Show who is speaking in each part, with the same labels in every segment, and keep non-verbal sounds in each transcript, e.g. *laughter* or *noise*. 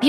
Speaker 1: 美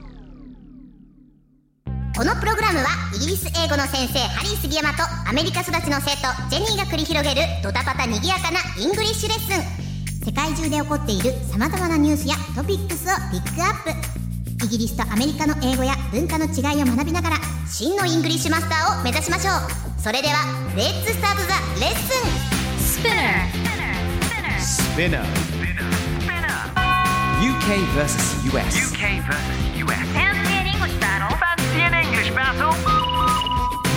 Speaker 2: このプログラムはイギリス英語の先生ハリー杉山とアメリカ育ちの生徒ジェニーが繰り広げるドタパタにぎやかなイングリッシュレッスン世界中で起こっている様々なニュースやトピックスをピックアップイギリスとアメリカの英語や文化の違いを学びながら真のイングリッシュマスターを目指しましょうそれではレッツスタートザレッスン
Speaker 3: Spinner. UK versus US.
Speaker 4: UK versus US. Fancy an English battle. Fancy an English battle.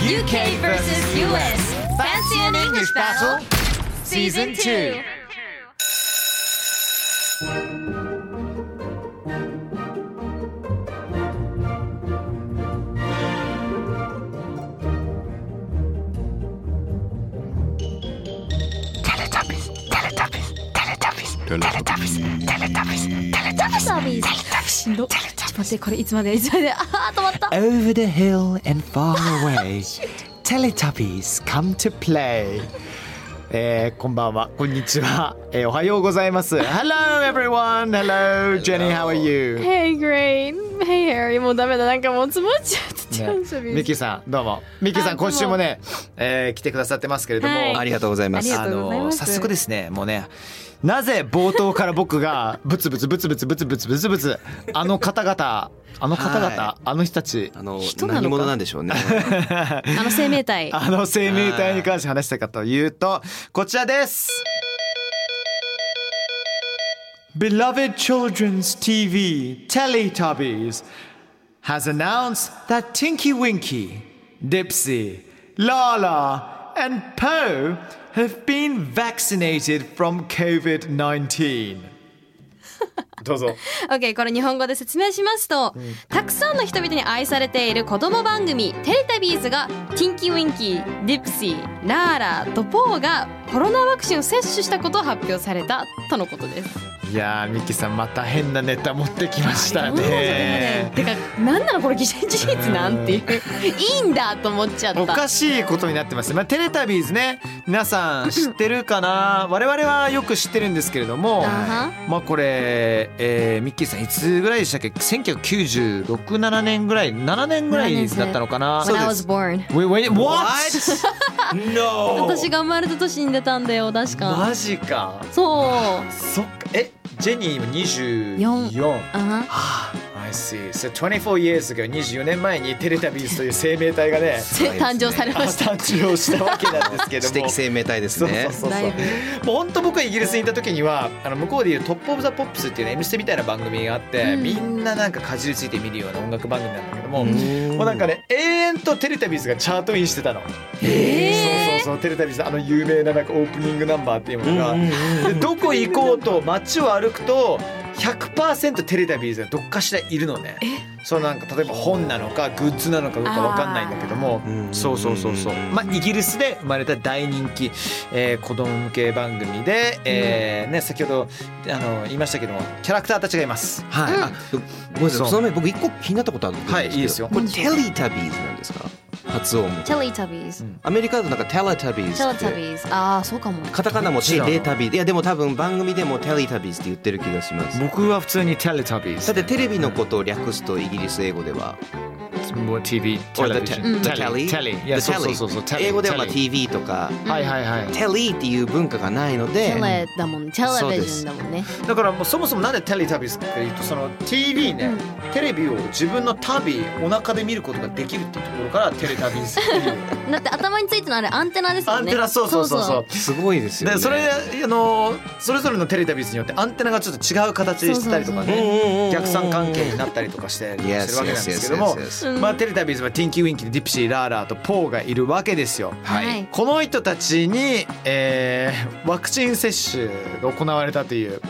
Speaker 3: UK versus US. Fancy an English battle? Season 2.
Speaker 5: 待ってこれいつまでいつま
Speaker 6: *laughs*
Speaker 5: でああ止まった
Speaker 3: Over the hill and far *laughs* away. Teletubbies come to play. Eh, えー、こんばんは、こんにちは、えー、おはようございます。Hello everyone! Hello Jenny, how are you?
Speaker 6: Hey, great. Hey, Harry. もうダメだ。なんかもう詰まっちゃって
Speaker 3: ね
Speaker 6: テンションビ
Speaker 3: ミキさん、どうも。ミキさん、
Speaker 6: あどうも
Speaker 3: 今週もね、えー、来てくださってますけれども、
Speaker 6: はい
Speaker 7: ありがとうございます。
Speaker 6: ありがとうございます
Speaker 7: 早速ですね、もうね、
Speaker 3: なぜ冒頭から僕がブツブツブツブツブツブツブツブツあの方々あの方々、
Speaker 7: は
Speaker 3: あの人たち
Speaker 7: あの
Speaker 6: 人なのか
Speaker 7: 何者なんでしょうね。 *laughs*
Speaker 6: あの生命体。
Speaker 3: あの生命体に関して話したかというとこちらです。Beloved Children's TV Teletubbies has announced that Tinky Winky, Dipsy, Lala, and Poe have been vaccinated from COVID-19. どうぞ。
Speaker 6: OK、これ日本語で説明しますと、たくさんの人々に愛されている子供番組、テレタビーズが、ティンキーウィンキー、ディプシー、ラーラとポーがコロナワクチンを接種したことを発表されたとのことです。
Speaker 3: いやーミキさんまた変なネタ持ってきました
Speaker 6: うん
Speaker 3: ね。
Speaker 6: てか、なんなのこれ、偽善事実
Speaker 3: *laughs*
Speaker 6: なんていう。いいんだと思っちゃった。
Speaker 3: おかしいことになってます。まあテレタビーズね皆さん知ってるかな。我々はよく知ってるんですけれども
Speaker 6: あ、は
Speaker 3: まあこれ、えー、ミッキーさんいつぐらいでしたっけ？1996、7年ぐらい、7年ぐらいだったのかな。
Speaker 6: When I was born.
Speaker 3: Wait, wait, what? *laughs*
Speaker 7: no!
Speaker 6: 私が生まれた年に出たんだよ、確か。
Speaker 3: マジか。
Speaker 6: そう。
Speaker 3: そっか。え、ジェニーも24。 *laughs*
Speaker 6: あ
Speaker 3: I see. So 24 years ago、24年前にテレタビーズという生命体がね。
Speaker 6: せ誕生されました。
Speaker 3: 誕生したわけなんですけど
Speaker 7: 知
Speaker 3: も
Speaker 7: 的生命体です
Speaker 3: そうそ
Speaker 7: ね
Speaker 3: う。そうそう
Speaker 6: だいぶ
Speaker 3: もう本当僕がイギリスにいた時にはあの向こうでいう「トップ・オブ・ザ・ポップス」っていうね「M ステ」みたいな番組があって、
Speaker 6: うん
Speaker 3: みんななんかかじりついて見るような音楽番組なんだけども、
Speaker 7: ん
Speaker 3: もうなんかね永遠とテレタビーズがチャートインしてたの。そうそうそうテレタビーズのあの有名ななんかオープニングナンバーっていうものが、でどこ行こうと街を歩くと100%テレタビーズがどっかしらいるのね。そのなんか例えば本なのかグッズなのかどうかわかんないんだけども
Speaker 7: ー
Speaker 3: そうそうそうそう
Speaker 7: うん
Speaker 3: まあイギリスで生まれた大人気、えー、子供向け番組で、えーね、先ほどあの言いましたけどもキャラクターたちがいます。
Speaker 7: はい。あごめんな
Speaker 3: そ
Speaker 7: さ
Speaker 3: う
Speaker 7: い。その前僕一個気になったことあるんですけど。
Speaker 3: はいいいですよ
Speaker 7: これテリタビーズなんですか？発音も。
Speaker 6: テレタビーズ。
Speaker 7: アメリカだとなんかテラタビーズ
Speaker 6: テレ
Speaker 7: っ
Speaker 6: タビ
Speaker 7: て。
Speaker 6: ーズ。ああ、そうかも。
Speaker 7: カタカナも
Speaker 3: 知
Speaker 7: テ
Speaker 3: らん
Speaker 7: レタビーズ。いやでも多分番組でもテリタビーズって言ってる気がします。
Speaker 3: 僕は普通にテレタビー
Speaker 7: だってテレビのことを略すとイギリス英語では
Speaker 3: もう TV
Speaker 7: Or the
Speaker 3: テ
Speaker 7: te-
Speaker 3: レ
Speaker 7: the
Speaker 3: ビ
Speaker 7: telly?
Speaker 3: テレビいや
Speaker 7: The
Speaker 3: そう
Speaker 7: telly
Speaker 3: そうそうそうテレビ
Speaker 7: 英語ではまあ
Speaker 3: テレビ
Speaker 7: TV とか
Speaker 3: はいはいはい
Speaker 7: テリーっていう文化がないので
Speaker 6: テレだもんね。テ
Speaker 7: そう
Speaker 6: レビ
Speaker 7: で
Speaker 6: ジョン
Speaker 7: す
Speaker 6: だもんね。
Speaker 3: だからもうそもそもなんでテレタビーズっていうとその TV ね、テレビを自分の旅お腹で見ることができるっていうところからテレタビーズ *laughs* っていう
Speaker 6: だって頭についてのあれアンテナですよね。
Speaker 3: アンテナそうそうそうそう。
Speaker 7: すごいですよ
Speaker 3: で
Speaker 7: ね
Speaker 3: それあのそれぞれのテレタビーズによってアンテナがちょっと違う形でしてたりとか
Speaker 7: うんうんうんう
Speaker 3: ね
Speaker 7: ん
Speaker 3: 逆算関係になったりとかしてしてる
Speaker 7: Yes,
Speaker 3: わけなんですけども
Speaker 7: yes, yes, yes,
Speaker 3: まあテレタビーズはティンキーウィンキーディプシーラーラーとポーがいるわけですよ。
Speaker 6: はい。
Speaker 3: この
Speaker 7: *laughs*
Speaker 3: 人たちに、えーワクチン接種が行われたという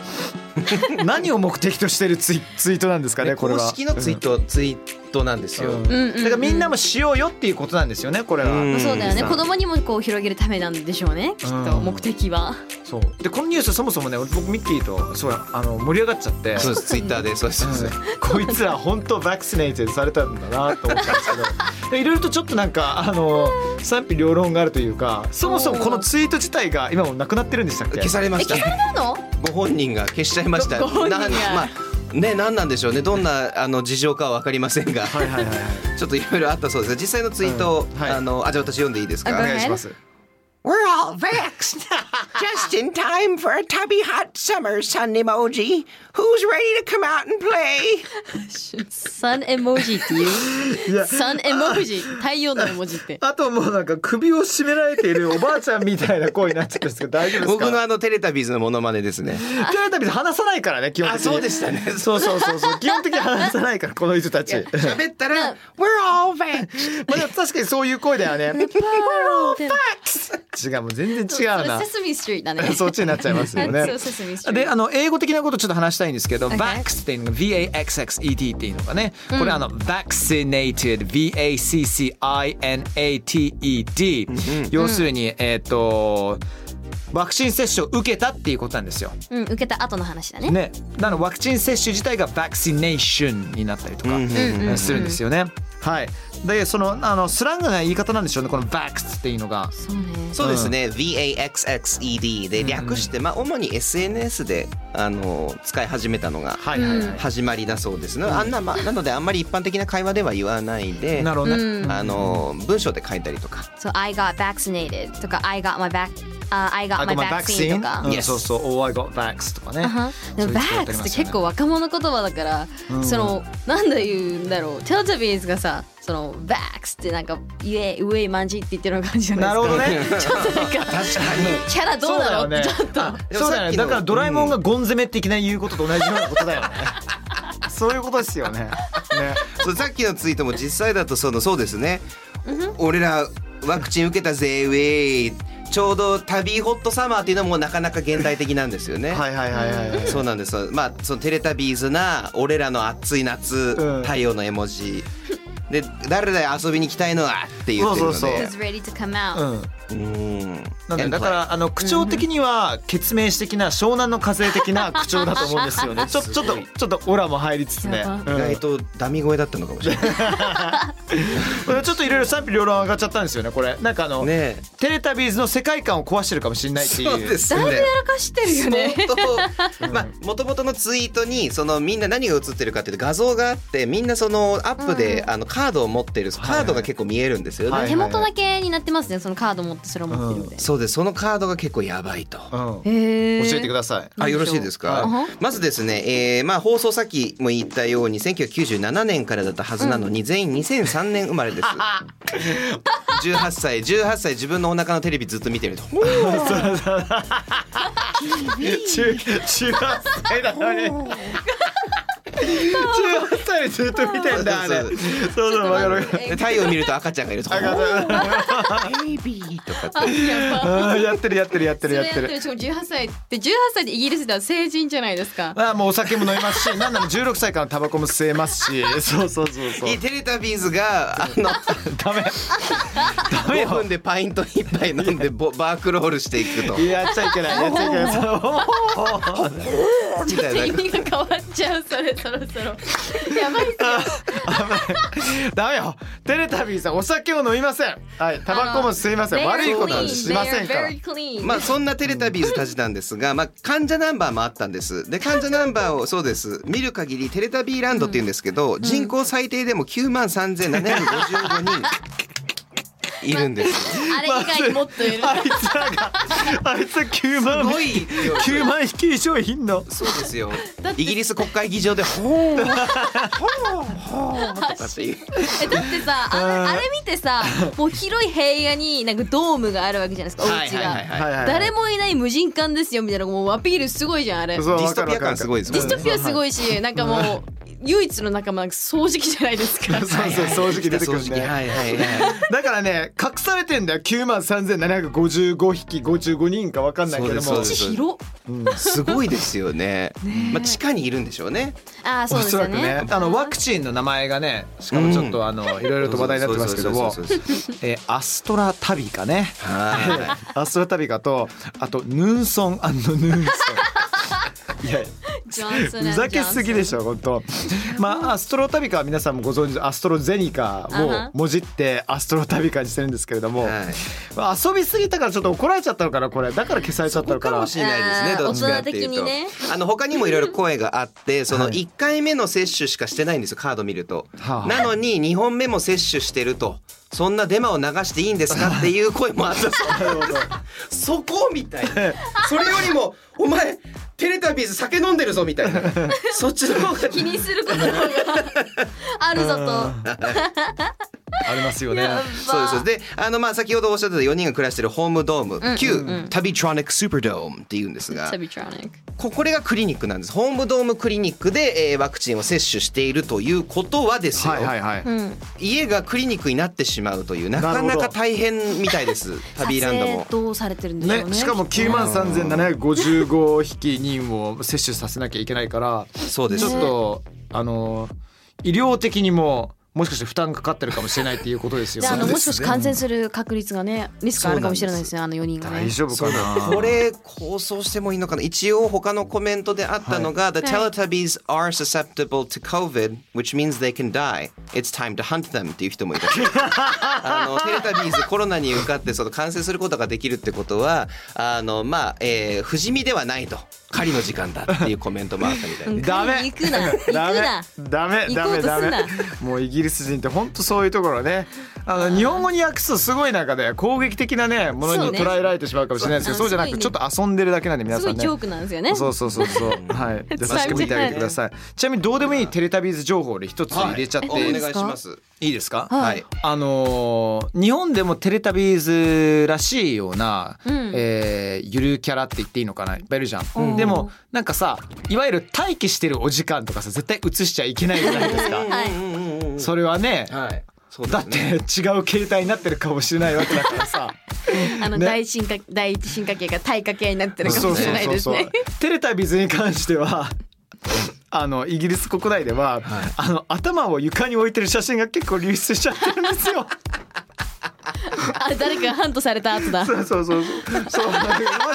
Speaker 3: 何を目的としてるツイツイートなんですかねこれ
Speaker 7: 公
Speaker 3: は
Speaker 7: 式のツイート、ツイートなんですよ、
Speaker 3: うん
Speaker 6: うんうんうん
Speaker 3: だからみんなもしようよっていうことなんですよねこれは、
Speaker 7: うん
Speaker 6: そうだよね
Speaker 3: うん
Speaker 6: 子供にもこう広げるためなんでしょうねきっと
Speaker 3: うん
Speaker 6: 目的は
Speaker 3: そうでこのニュースそもそもね俺僕ミッキーとそうあの盛り上がっちゃって
Speaker 7: そうですツイッターでそうですそうです
Speaker 3: こいつら本当バックスネイテッドされたんだなと思ったんです
Speaker 7: *laughs*
Speaker 3: けどでいろいろとちょっとなんかあの賛否両論があるというかそもそもこのツイート自体が今もうなくなってるんでしたっけ
Speaker 7: 消されました
Speaker 6: なの
Speaker 7: ご本人が消しちゃいました
Speaker 6: ご本人が
Speaker 7: なんまあね何なんでしょうねどんなあの事情かは分かりませんが
Speaker 3: はいはいはいはい
Speaker 7: *laughs* ちょっといろいろあったそうです実際のツイートを、
Speaker 3: うんはい
Speaker 7: あのあじゃあ私読んでいいです
Speaker 6: あご
Speaker 7: か
Speaker 6: めん
Speaker 3: お願いします
Speaker 8: We're all
Speaker 7: *laughs*
Speaker 8: vexed. Just in time for a tubby hot summer sun emoji. Who's ready to come out and play?
Speaker 6: サンエモジっていうサンエモジ太陽の絵文字って
Speaker 3: *laughs* あともうなんか首を絞められているおばあちゃんみたいな声になっちゃったんですけど大丈夫ですか
Speaker 7: 僕のあのテレタビーズのモノマネですね
Speaker 3: テレタビで話さないからね基本的に
Speaker 7: あそうでしたね
Speaker 3: そうそうそうそう基本的に話さないからこの人たちま
Speaker 7: 喋ったら
Speaker 8: We're all vexed.
Speaker 3: あでも確かにそういう声だよ *laughs* ね *laughs* 違うもう全然違う
Speaker 6: *laughs* そ
Speaker 3: な
Speaker 6: れセスミストリートだ
Speaker 3: *laughs*
Speaker 6: ね
Speaker 3: そっちになっちゃいますよ
Speaker 6: *laughs* そ
Speaker 3: ね
Speaker 6: うセスミストリー
Speaker 3: で
Speaker 6: ト
Speaker 3: あの英語的なことちょっと話したいんですけど、VAX っていうのが VAXXET っていうのがね、これあの Vaccinated VACCINATED、要するに、えっ、とワクチン接種を受けたっていうことなんですよ。
Speaker 6: うん受けた後の話だね
Speaker 3: ね、なのでワクチン接種自体が Vaccination になったりとかするんですよね。はい、でそのあのスラングな言い方なんでしょうねこの VAX っていうのが。
Speaker 6: そうね
Speaker 7: そうですね、VAXXED で略して、まあ主に SNS であの使い始めたのが
Speaker 3: はいはいはい
Speaker 7: 始まりだそうですね、あんなまあなのであんまり一般的な会話では言わないで
Speaker 3: なるほどね。
Speaker 7: あの文章で書いたりとか
Speaker 6: そう I got vaccinated とか I got my back あ I got
Speaker 3: I got
Speaker 6: my
Speaker 3: my
Speaker 6: vaccine と
Speaker 3: vaccine
Speaker 6: か
Speaker 3: うんそうそう「Oh I got vax」とかね。
Speaker 6: で
Speaker 3: そういう
Speaker 6: もバ
Speaker 3: 使い方あ
Speaker 6: ッ
Speaker 3: りますよね
Speaker 6: クスって結構若者言葉だから、そのなんだ言うんだろうテレタビーズがさそのバックスってなんか「イエイウェイマンジ」って言ってるような感じじゃない
Speaker 3: な
Speaker 6: で
Speaker 3: る
Speaker 6: す
Speaker 3: ほ
Speaker 6: か
Speaker 3: ど *laughs* ね。
Speaker 6: ちょっとなんかキャラどうだろうってちょっと
Speaker 3: あそうだよね。だからドラえもんがゴン攻めっていきなり言うことと同じようなことだよね。 *laughs* そういうことですよね。ね。
Speaker 7: そうさっきのツイートも実際だとそのそうですね、俺らワクチン受けたぜウェイちょうど旅ホットサマーっていうのもなかなか現代的なんですよね。
Speaker 3: はいはいはいはい。
Speaker 7: そうなんですよまあそのテレタビーズな俺らの暑い夏、
Speaker 3: うん
Speaker 7: 太陽の絵文字で誰だよ遊びに来たいのはって言ってるので
Speaker 3: そうそう
Speaker 6: It's ready to come out、
Speaker 3: うん。
Speaker 7: うん
Speaker 3: なんでだからあの口調的には決明史的な湘南の風的な口調だと思うんですよ *laughs* ね。ちょちょっとちょっとオラも入りつつね。
Speaker 6: や
Speaker 3: う
Speaker 7: 意
Speaker 3: ん
Speaker 7: 外とダミ声だったのかもし
Speaker 3: *laughs*
Speaker 7: れない
Speaker 3: これちょっといろいろ賛否両論上がっちゃったんですよね。これなんかあの、
Speaker 7: ね
Speaker 3: テレタビーズの世界観を壊してるかもしれないっていう。
Speaker 7: そうですね
Speaker 6: らかしてるよね
Speaker 7: 相当まあ元々のツイートにそのみんな何が映ってるかっていうと画像があってみんなそのアップで、あのカードを持ってるカードが結構見えるんですよね、
Speaker 3: はいはい
Speaker 6: 手元だけになってますねそのカード持ってそれを持ってるみたいな、
Speaker 7: そうですそのカードが結構やばいと。
Speaker 3: うん。教
Speaker 6: へ
Speaker 3: えてください。
Speaker 7: あよろしいですか、
Speaker 6: はい
Speaker 7: まずですね、えーまあ、放送さっきも言ったように1997年からだったはずなのに、全員2003年生まれです18歳18歳自分のお腹のテレビずっと見てると
Speaker 3: *laughs* 中中八歳だのに。中八歳でずっと見てんだあれ。そ
Speaker 7: そ
Speaker 3: うう
Speaker 7: そ
Speaker 3: そうわかるわかる。
Speaker 7: で太陽見ると赤ちゃんがいると
Speaker 3: あーやってるやってるやってる
Speaker 6: それ
Speaker 3: や
Speaker 6: や
Speaker 3: っ
Speaker 6: ってて
Speaker 3: る
Speaker 6: る。しかも18歳って18歳でイギリスでは成人じゃないですか
Speaker 3: あーもうお酒も飲み
Speaker 6: *laughs*
Speaker 3: ますし、なんなら16歳からのタバコも吸えますし、そうそうそうそう。
Speaker 7: テレタビーズがあの
Speaker 3: *laughs* ダメ。ダメ
Speaker 7: 5
Speaker 3: よ。
Speaker 7: 分でパイント一杯飲んでボバークロールしていくと
Speaker 3: やっちゃいけない。やっちゃいけないそう。
Speaker 7: みたい
Speaker 6: 意
Speaker 7: な
Speaker 6: 味が変わっちゃうそれそろ
Speaker 3: *laughs*
Speaker 6: そろやばいっすよ
Speaker 3: *laughs* ダメよ。テレタビーさんお酒を飲みません。はい。タバコも吸いません。
Speaker 6: They are
Speaker 3: 悪いことはしません
Speaker 6: clean. They
Speaker 3: から
Speaker 6: are very。clean.
Speaker 7: まあそんなテレタビーズたちなんですが、まあ、患者ナンバーもあったんですで患者ナンバーをそうです見る限りテレタビーランドって言うんですけど、人口最低でも9万3755人いるんですよ。
Speaker 6: あれ以外にもっといる。
Speaker 3: あいつらが、あいつら9
Speaker 7: す
Speaker 3: 万
Speaker 7: ごい量
Speaker 3: 9万匹以上いんの。
Speaker 7: そうですよイギリス国会議場で「ほうほうほう」とかっていう
Speaker 6: えだってさあれあれ見てさもう広い平野になんかドームがあるわけじゃないですかお
Speaker 7: はい
Speaker 6: 家
Speaker 7: はいはい
Speaker 6: が。
Speaker 7: はい
Speaker 3: い
Speaker 6: 誰もいない無人艦ですよみたいなもうアピールすごいじゃんあれ。デ
Speaker 3: そう
Speaker 7: ディ
Speaker 3: わ
Speaker 7: ス
Speaker 3: か
Speaker 7: ト
Speaker 3: る
Speaker 7: ピ
Speaker 3: わか
Speaker 7: ア
Speaker 3: る
Speaker 7: 感すごいです
Speaker 6: ィ
Speaker 7: も
Speaker 6: ス
Speaker 7: ん
Speaker 6: ト
Speaker 7: ね
Speaker 6: ピアすごいしなんかもう唯一の仲間なんか掃除機じゃないですか
Speaker 3: そうそう掃除機出てくる
Speaker 7: 掃除機
Speaker 3: ね
Speaker 7: はいはいはい。
Speaker 3: だからね隠されてんだよ9万3755匹55人かわかんないけども
Speaker 7: そうですそうです
Speaker 6: 広
Speaker 7: すごいですよね。まあ地下にいるんでしょうね。
Speaker 6: ああそう
Speaker 3: お
Speaker 6: です
Speaker 3: そら
Speaker 6: よ
Speaker 3: く
Speaker 6: ね
Speaker 3: ねあのワクチンの名前がねしかもちょっとあの、いろいろと話題になってますけども
Speaker 7: そうそうそうそうそう
Speaker 3: えーアストラタビカね
Speaker 7: はい。
Speaker 3: アストラタビカとあとヌンソンヌンソンいや
Speaker 6: ジョンソン
Speaker 3: ふざけすぎでし
Speaker 6: ょ
Speaker 3: ょ本当。まあアストロタビカは皆さんもご存知アストロゼニカ
Speaker 6: あは
Speaker 3: をもじってアストロタビカにしてるんですけれども、
Speaker 7: はい
Speaker 3: まあ遊びすぎたからちょっと怒られちゃったのかなこれだから消されちゃったのか
Speaker 7: か
Speaker 3: な
Speaker 7: もしれないです
Speaker 6: あ
Speaker 7: ね。
Speaker 6: ー
Speaker 7: どっちかっていうと
Speaker 6: 大人的にね
Speaker 7: あの他にもいろいろ声があって、その
Speaker 3: はい
Speaker 7: 一回目の接種しかしてないんですよ。カード見ると。
Speaker 3: はあ
Speaker 7: なのに二本目も接種してると。そんなデマを流していいんですかっていう声もあったそうです。そこみたいな。それよりもお前テレタビーズ酒飲んでるぞみたいな。そっちの方が
Speaker 6: 気にすることの方があるぞと
Speaker 3: ありますよね
Speaker 7: そうですそうですであのまあ先ほどおっしゃってた4人が暮らしてるホームドーム、旧タビトロニックスーパードームっていうんですが
Speaker 6: サビトロニック
Speaker 7: ここれがクリニックなんですホームドームクリニックで、えーワクチンを接種しているということはですよ、
Speaker 3: はいはいはい、
Speaker 7: 家がクリニックになってしまうというなか
Speaker 3: な
Speaker 7: な
Speaker 3: るほ
Speaker 7: か
Speaker 3: ど
Speaker 7: 大変みたいです
Speaker 6: *laughs*
Speaker 7: タビーランドも
Speaker 6: 撮。影どうされてるんでしょうね
Speaker 3: ね、しかも9万3755匹人を接種させなきゃいけないから
Speaker 7: そうです
Speaker 3: ちょっとあの医療的にももしかして負担かかってるかもしれないっていうことですよ
Speaker 6: であの
Speaker 7: そうですね
Speaker 6: もしかして感染する確率がねリスクあるかもしれないですねあの4人がね
Speaker 3: 大丈夫かな
Speaker 7: これ構想してもいいのかな一応他のコメントであったのが、The Teletubbies are susceptible to COVID which means they can die It's time to hunt them っていう人
Speaker 3: *laughs*
Speaker 7: もいたあのテレタビーズコロナに受かってその感染することができるってことはあのまあ、えー不死身ではないと狩りの時間だっていうコメントもあったみたいで
Speaker 3: ダメ
Speaker 6: 行
Speaker 3: *laughs*
Speaker 6: くな行くな
Speaker 3: ダメダメダメダメ
Speaker 6: 行こうとす
Speaker 3: もうイギリス人って本当そういうところねあの日本語に訳すとすごいなんかね攻撃的なねもの
Speaker 6: そう
Speaker 3: に
Speaker 6: ね
Speaker 3: 捉えられてしまうかもしれないですけど
Speaker 6: そ
Speaker 3: そううじゃなく
Speaker 6: す
Speaker 3: て
Speaker 6: ごいね
Speaker 3: ちょっと遊んでるだけなんで皆
Speaker 6: す
Speaker 3: さ
Speaker 6: ご
Speaker 3: ん
Speaker 6: い
Speaker 3: ね
Speaker 6: ジョークなんですよね
Speaker 3: そうそうそうそう。はい。優しく見てあげてください。ちなみにどうでもいいテレタビーズ情報で一つ入れちゃって、
Speaker 7: お願いします
Speaker 3: いいですか？
Speaker 7: はい
Speaker 3: あのー日本でもテレタビーズらしいような、えーゆるキャラって言っていいのかないっぱいいるじゃん、でもなんかさいわゆる待機してるお時間とかさ絶対映しちゃいけないじゃないです
Speaker 7: *laughs*
Speaker 3: かそれはね、
Speaker 7: はいそうで
Speaker 3: だっ
Speaker 7: す
Speaker 3: て
Speaker 7: ね
Speaker 3: 違う携帯になってるかもしれないわけだからさ
Speaker 6: あの
Speaker 3: ね
Speaker 6: 第一進化第一進化系が退化系になってるかもしれないですね。
Speaker 3: テレタビーズに関してはあのイギリス国内では、あの頭を床に置いてる写真が結構流出しちゃってるんですよ。
Speaker 6: あ誰かハントされた後だ。
Speaker 3: そうそうそうそう。そう、ま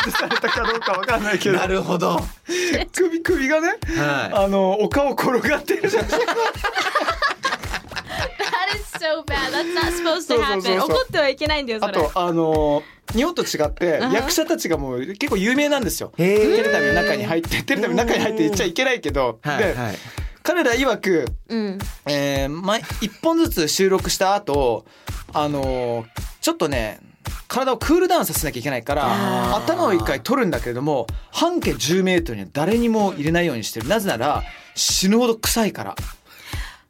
Speaker 3: ずされたかどうかわかんないけど。
Speaker 7: *laughs* なるほど
Speaker 3: 首、首がね、
Speaker 7: は
Speaker 3: あの、お顔転がってるじゃん。
Speaker 6: *laughs* That is so bad. That's not supposed
Speaker 3: そ
Speaker 6: to
Speaker 3: うそうそ
Speaker 6: happen.
Speaker 3: うそう
Speaker 6: 怒ってはいけないんだよ
Speaker 3: あ
Speaker 6: それ。
Speaker 3: と、あの、日本と違って、役者たちがもう結構有名なんですよ。テレビの中に入って、テレビの中に入って言っちゃいけないけど、
Speaker 7: はい
Speaker 3: で、
Speaker 7: はい
Speaker 3: 彼ら曰く、
Speaker 6: うん。
Speaker 3: えー、毎一本ずつ収録した後、あのーちょっとね、体をクールダウンさせなきゃいけないから頭を一回取るんだけれども半径10メートルには誰にも入れないようにしてるなぜなら死ぬほど臭いから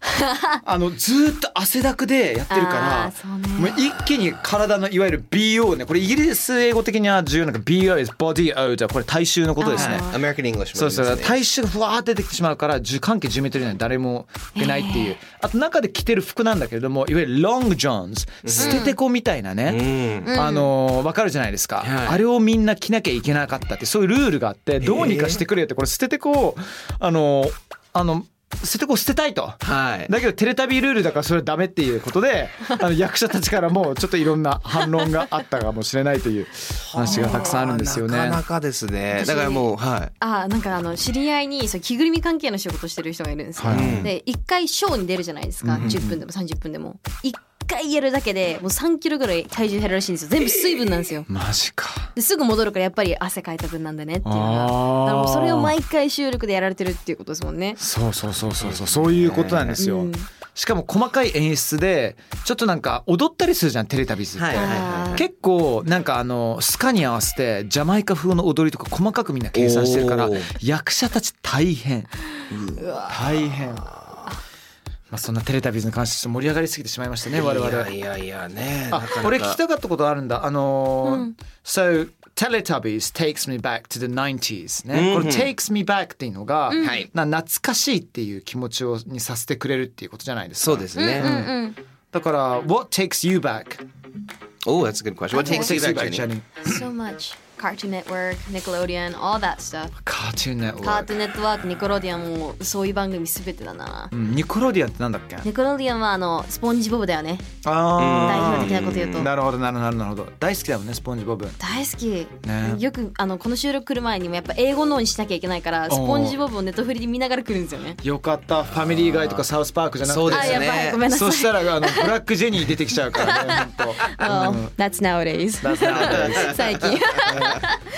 Speaker 6: *laughs*
Speaker 3: あのずーっと汗だくでやってる
Speaker 6: あ
Speaker 3: か
Speaker 6: ーそ
Speaker 3: ら
Speaker 6: うね
Speaker 3: もう一気に体のいわゆる BO ねこれイギリス英語的には重要なのが BO is body odor これ体臭のことですね
Speaker 7: American English
Speaker 3: そうそう、
Speaker 7: ね
Speaker 3: 体臭がふわーって出てきてしまうから10関係10メートル以内に誰もいないっていう、あと中で着てる服なんだけれどもいわゆるロングジョンズ捨ててこみたいなね、あのーわかるじゃないですか、
Speaker 7: はい
Speaker 3: あれをみんな着なきゃいけなかったってそういうルールがあってどうにかしてくれよってこれ捨ててこをあのーあの捨ててこを捨てたいと。
Speaker 7: はい
Speaker 3: だけどテレタビールールだからそれはダメっていうこと
Speaker 7: *laughs*
Speaker 3: であの役者たちからもちょっといろんな反論があったかもしれないという話がたくさんあるんですよね。
Speaker 7: なかなかですね。だからもう、はい。
Speaker 6: あなんかあの知り合いにそう着ぐるみ関係の仕事してる人がいるんですよ、
Speaker 3: はい
Speaker 6: で一回ショーに出るじゃないですか、10分でも30分でも一回やるだけでもう3キロぐらい体重減るらしいんですよ全部水分なんですよ
Speaker 3: マジか。
Speaker 6: ですぐ戻るからやっぱり汗かいた分なんだねっていうのが
Speaker 3: あー
Speaker 6: だからもうそれを毎回収録でやられてるっていうことですもんね
Speaker 3: そうそうそうそうそうそういうことなんですよ、
Speaker 6: うん
Speaker 3: しかも細かい演出でちょっとなんか踊ったりするじゃんテレタビーズって、
Speaker 7: はいはい
Speaker 6: あー
Speaker 3: 結構なんかあのスカに合わせてジャマイカ風の踊りとか細かくみんな計算してるから
Speaker 7: おー
Speaker 3: 役者たち大変大変まあそんなテレタビーズに関してちょっと盛り上がりすぎてしまいましたね我々
Speaker 7: いやいやいやね。
Speaker 3: あ
Speaker 7: なかなか
Speaker 3: 俺聞きたかったことあるんだあのー So Teletubbies takes me back to the 90s ね、これ takes me back っていうのが、
Speaker 7: はい
Speaker 3: な懐かしいっていう気持ちをにさせてくれるっていうことじゃないですか
Speaker 7: そうですね。
Speaker 3: だから What takes you back?
Speaker 7: Oh, that's a good question. What
Speaker 3: What
Speaker 7: takes you back, Jenny?
Speaker 3: Jenny?
Speaker 6: So much. Cartoon Network, Nickelodeon, all that stuff.
Speaker 3: Cartoon
Speaker 6: カー
Speaker 3: Network
Speaker 6: トゥネットワーク、ニコロディアンもそういう番組すべてだな。
Speaker 3: うんニコロディアンってなんだっけ
Speaker 6: ニコロディアンはあのスポンジボブだよね。代表
Speaker 3: あ
Speaker 6: 的なこと言うと
Speaker 3: あ。なるほどなるほどなるほど大好きだもんねスポンジボブ
Speaker 6: 大好き、
Speaker 3: ね
Speaker 6: よくあのこの収録来る前にもやっぱ英語のにしなきゃいけないからスポンジボブをネットフリで見ながら来るんですよね
Speaker 3: よかったファミリーガイとかサウスパークじゃなくて
Speaker 7: そうで
Speaker 6: あ
Speaker 7: す
Speaker 6: やばい
Speaker 7: ね
Speaker 6: ご。めんなさ
Speaker 3: そ
Speaker 6: い
Speaker 3: したらあのブラックジェニー出てきちゃうからね本
Speaker 6: *laughs* あ That's nowadays *laughs* 最近
Speaker 7: *laughs*
Speaker 3: 当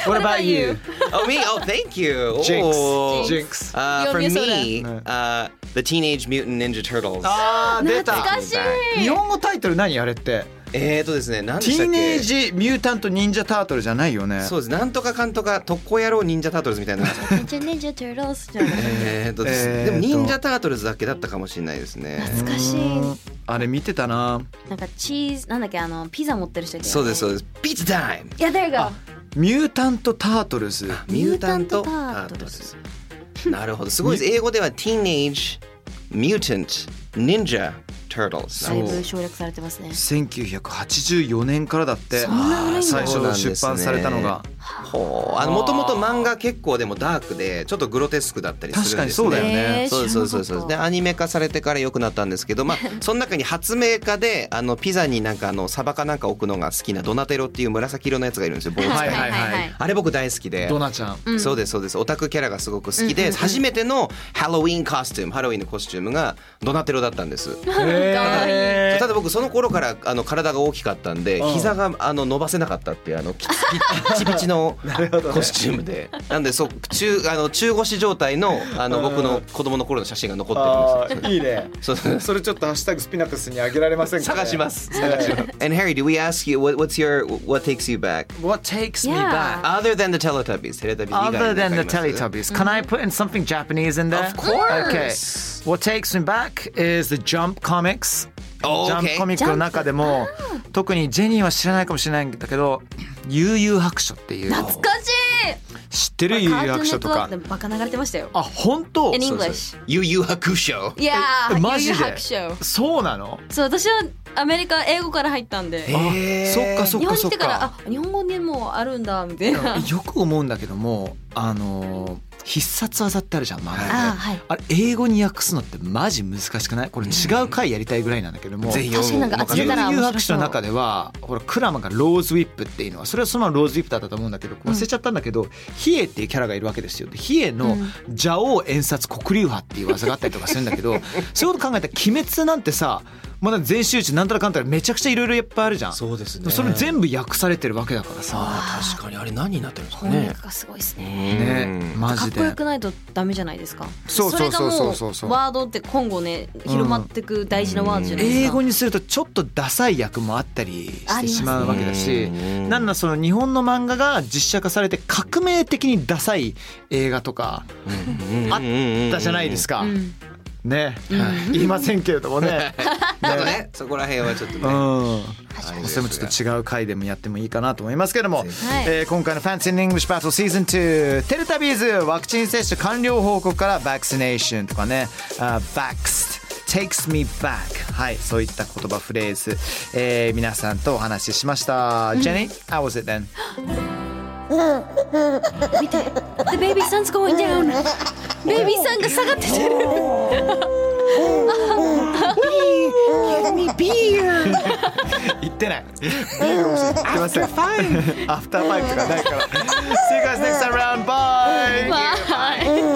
Speaker 3: What about you?
Speaker 7: Oh me? Oh, thank you.
Speaker 3: Jinx.
Speaker 7: Oh.
Speaker 3: Jinx.
Speaker 7: Uh, for
Speaker 6: Yo, Minnesota.
Speaker 7: me,
Speaker 3: No.
Speaker 7: uh, the Teenage Mutant Ninja Turtles.
Speaker 3: あー出
Speaker 6: 懐
Speaker 3: た
Speaker 6: かしい
Speaker 3: 日本語タイトル何あれって
Speaker 7: えーとですね、何で
Speaker 3: テ
Speaker 7: し
Speaker 3: ィ
Speaker 7: たっ
Speaker 3: ーネ
Speaker 7: け
Speaker 3: ージミュータント忍者タートルじゃないよね
Speaker 7: そうです。なんとかかんとか特攻野郎忍者タートルズみたいな。
Speaker 6: ネジャネジャトゥルースじゃない
Speaker 7: えーとです
Speaker 3: *laughs* えー
Speaker 7: ね。
Speaker 3: と
Speaker 7: でも忍者タートルズだけだったかもしれないですね。
Speaker 6: 懐かしい
Speaker 3: あれ見てたな
Speaker 6: なんかチーズなんだっけあのピザ持ってる人いたよね
Speaker 7: そうですそうです。ピッツタイム。
Speaker 6: いや there you go
Speaker 3: ミュータントタートルズ
Speaker 7: ミュータント
Speaker 6: ミ
Speaker 7: タ
Speaker 6: ュータントター
Speaker 7: ー
Speaker 6: ト
Speaker 7: ト
Speaker 6: ル
Speaker 7: ルズ。なるほど。すごいです。英語では Teenage Mutant Ninja Turtles
Speaker 6: だ
Speaker 7: なん
Speaker 6: い
Speaker 7: で
Speaker 6: ぶ省略されてますね
Speaker 3: 1984年からだって
Speaker 7: 古いんだ
Speaker 3: 最初の出版されたのが、
Speaker 7: す。ほう。あのもともと漫画結構でもダークでちょっとグロテスクだったりするんですね。
Speaker 3: 確かにそうだよね
Speaker 6: えー
Speaker 7: そうですそうですそうですそうですでアニメ化されてから良くなったんですけどまあその中に発明家であのピザになんかあのサバかなんか置くのが好きなドナテロっていう紫色のやつがいるんですよ坊主
Speaker 3: はい
Speaker 7: で
Speaker 3: はいはい
Speaker 7: あれ僕大好きで
Speaker 3: ドナちゃん
Speaker 6: うん
Speaker 7: そうですそうですオタクキャラがすごく好きで初めてのハロウィンコスチュームハロウィンのコスチュームがドナテロだったんです
Speaker 3: へ
Speaker 7: ただ僕その頃からあの体が大きかったんで
Speaker 3: うん
Speaker 7: 膝があの伸ばせなかったっていうあのピチピ
Speaker 3: *laughs*
Speaker 7: チのコスチュームでなんでそう中あの中腰状態のあの僕の子供の頃の写真が残って
Speaker 9: あ
Speaker 7: るんです
Speaker 9: ーい
Speaker 7: よ
Speaker 9: いね
Speaker 7: そうそう
Speaker 9: それちょっとハッシュタグスピナクスにあげられませんか、ね、
Speaker 7: 探します。
Speaker 9: 探
Speaker 7: And Harry, do we ask you what, what's your what takes you back
Speaker 3: What takes me
Speaker 6: Yeah.
Speaker 3: back?
Speaker 7: other than the Teletubbies? テレタビ
Speaker 3: Other than the Teletubbies, can I put in something Japanese in there?
Speaker 7: Of course.
Speaker 3: Okay. What takes me back is the Jump Comics.
Speaker 7: Oh,
Speaker 3: ジ
Speaker 7: okay.
Speaker 3: ャンプコミックの中でも特にジェニーは知らないかもしれないんだけど「悠々白書」っていう
Speaker 6: 懐かしい
Speaker 3: 知ってる悠々白書と
Speaker 6: カー
Speaker 3: か
Speaker 6: トゥーネットワークでバカ流れてましたよ
Speaker 3: あ本当
Speaker 6: In
Speaker 3: そう
Speaker 6: English
Speaker 7: ゆうゆう白書。
Speaker 6: いやー
Speaker 3: マジで
Speaker 6: 悠々白書
Speaker 3: そうなの
Speaker 6: そう私はアメリカ英語から入ったんで
Speaker 3: あ
Speaker 7: へー
Speaker 3: そっかそっ
Speaker 6: 日
Speaker 3: か
Speaker 6: 本に
Speaker 3: そ
Speaker 6: 来
Speaker 3: って
Speaker 6: から
Speaker 3: か
Speaker 6: あ日本語にもあるんだみたいな
Speaker 3: よく思うんだけどもあのー必殺技ってあるじゃん漫画で
Speaker 6: あはい
Speaker 3: あれ英語に訳すのってマジ難しくないこれ違う回やりたいぐらいなんだけども
Speaker 7: ぜひ
Speaker 6: 確かになんか集
Speaker 3: 幽
Speaker 6: めたら
Speaker 3: 遊
Speaker 6: 面
Speaker 3: 白
Speaker 6: 白
Speaker 3: 書
Speaker 6: そう
Speaker 3: の中ではほらクラマがローズウィップっていうのはそれはそのままローズウィップだったと思うんだけど忘れちゃったんだけど、ヒエっていうキャラがいるわけですよでヒエの蛇王演殺黒竜派っていう技があったりとかするんだけ
Speaker 6: *laughs*
Speaker 3: どそういうこと考えたら鬼滅なんてさまだ全集中なんたらかんたらめちゃくちゃいろいろいっぱいあるじゃん
Speaker 7: そうです
Speaker 3: でもそれ全部訳されてるわけだからさ、
Speaker 7: あー確かにあれ何になってるんですか
Speaker 6: 翻
Speaker 7: ね
Speaker 6: 訳。がすごいですね
Speaker 3: ねマ
Speaker 6: かっ
Speaker 3: ジで
Speaker 6: こよくないとダメじゃないですか
Speaker 3: そうそうそうそうそう
Speaker 6: れがもワードって今後ね広まってく大事なワードじゃないですか
Speaker 3: 英語にするとちょっとダサい役もあったりしてしまうわけだし、
Speaker 7: うん
Speaker 3: なんならその日本の漫画が実写化されて革命的にダサい映画とかあったじゃないです
Speaker 7: か。
Speaker 3: か、
Speaker 6: うん
Speaker 3: ね、 *laughs* 言いませんけれどもね
Speaker 7: ちょっとねそこら辺はちょっと
Speaker 3: う
Speaker 7: ね。
Speaker 3: ん
Speaker 7: あれですが
Speaker 3: それもちょっと違う回でもやってもいいかなと思いますけれども、
Speaker 6: はい
Speaker 3: えー今回の「Fancy in English Battle Season 2」テルタビーズワクチン接種完了報告から「Vaccination」とかね「あ Vaxed」Takes me back はいそういった言葉フレーズ、えー皆さんとお話ししました、Jenny how was it *laughs* then
Speaker 6: 見て The baby sun's going down ベビーさんが下がっててる
Speaker 3: 言ってない。ビールも言ってませ *laughs* ん。アフターファイブ。アフターファイブとかないから。See you guys next time round. Bye.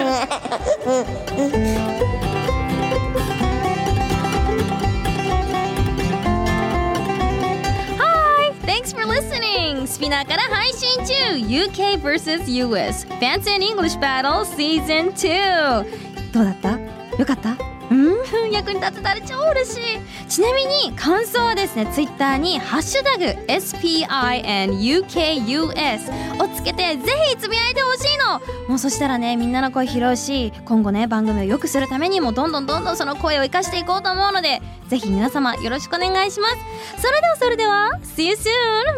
Speaker 6: はい Thanks for listening! スピナーから配信中 !UK vs.US Fancy and English Battle Season 2! どうだったよかったうん役に立てたら超嬉しいちなみに感想はですね Twitter に「ハッシュタグ #SPINUKUS」をつけてぜひつぶやいてほしいのもうそしたらねみんなの声拾うし今後ね番組を良くするためにもどんどんどんどんその声を生かしていこうと思うのでぜひ皆様よろしくお願いしますそれではそれでは See you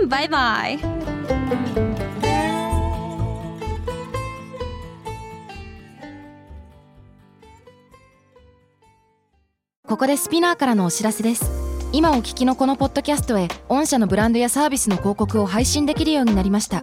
Speaker 6: soon! バイバイここでスピナーからのお知らせです今お聞きのこのポッドキャストへ御社のブランドやサービスの広告を配信できるようになりました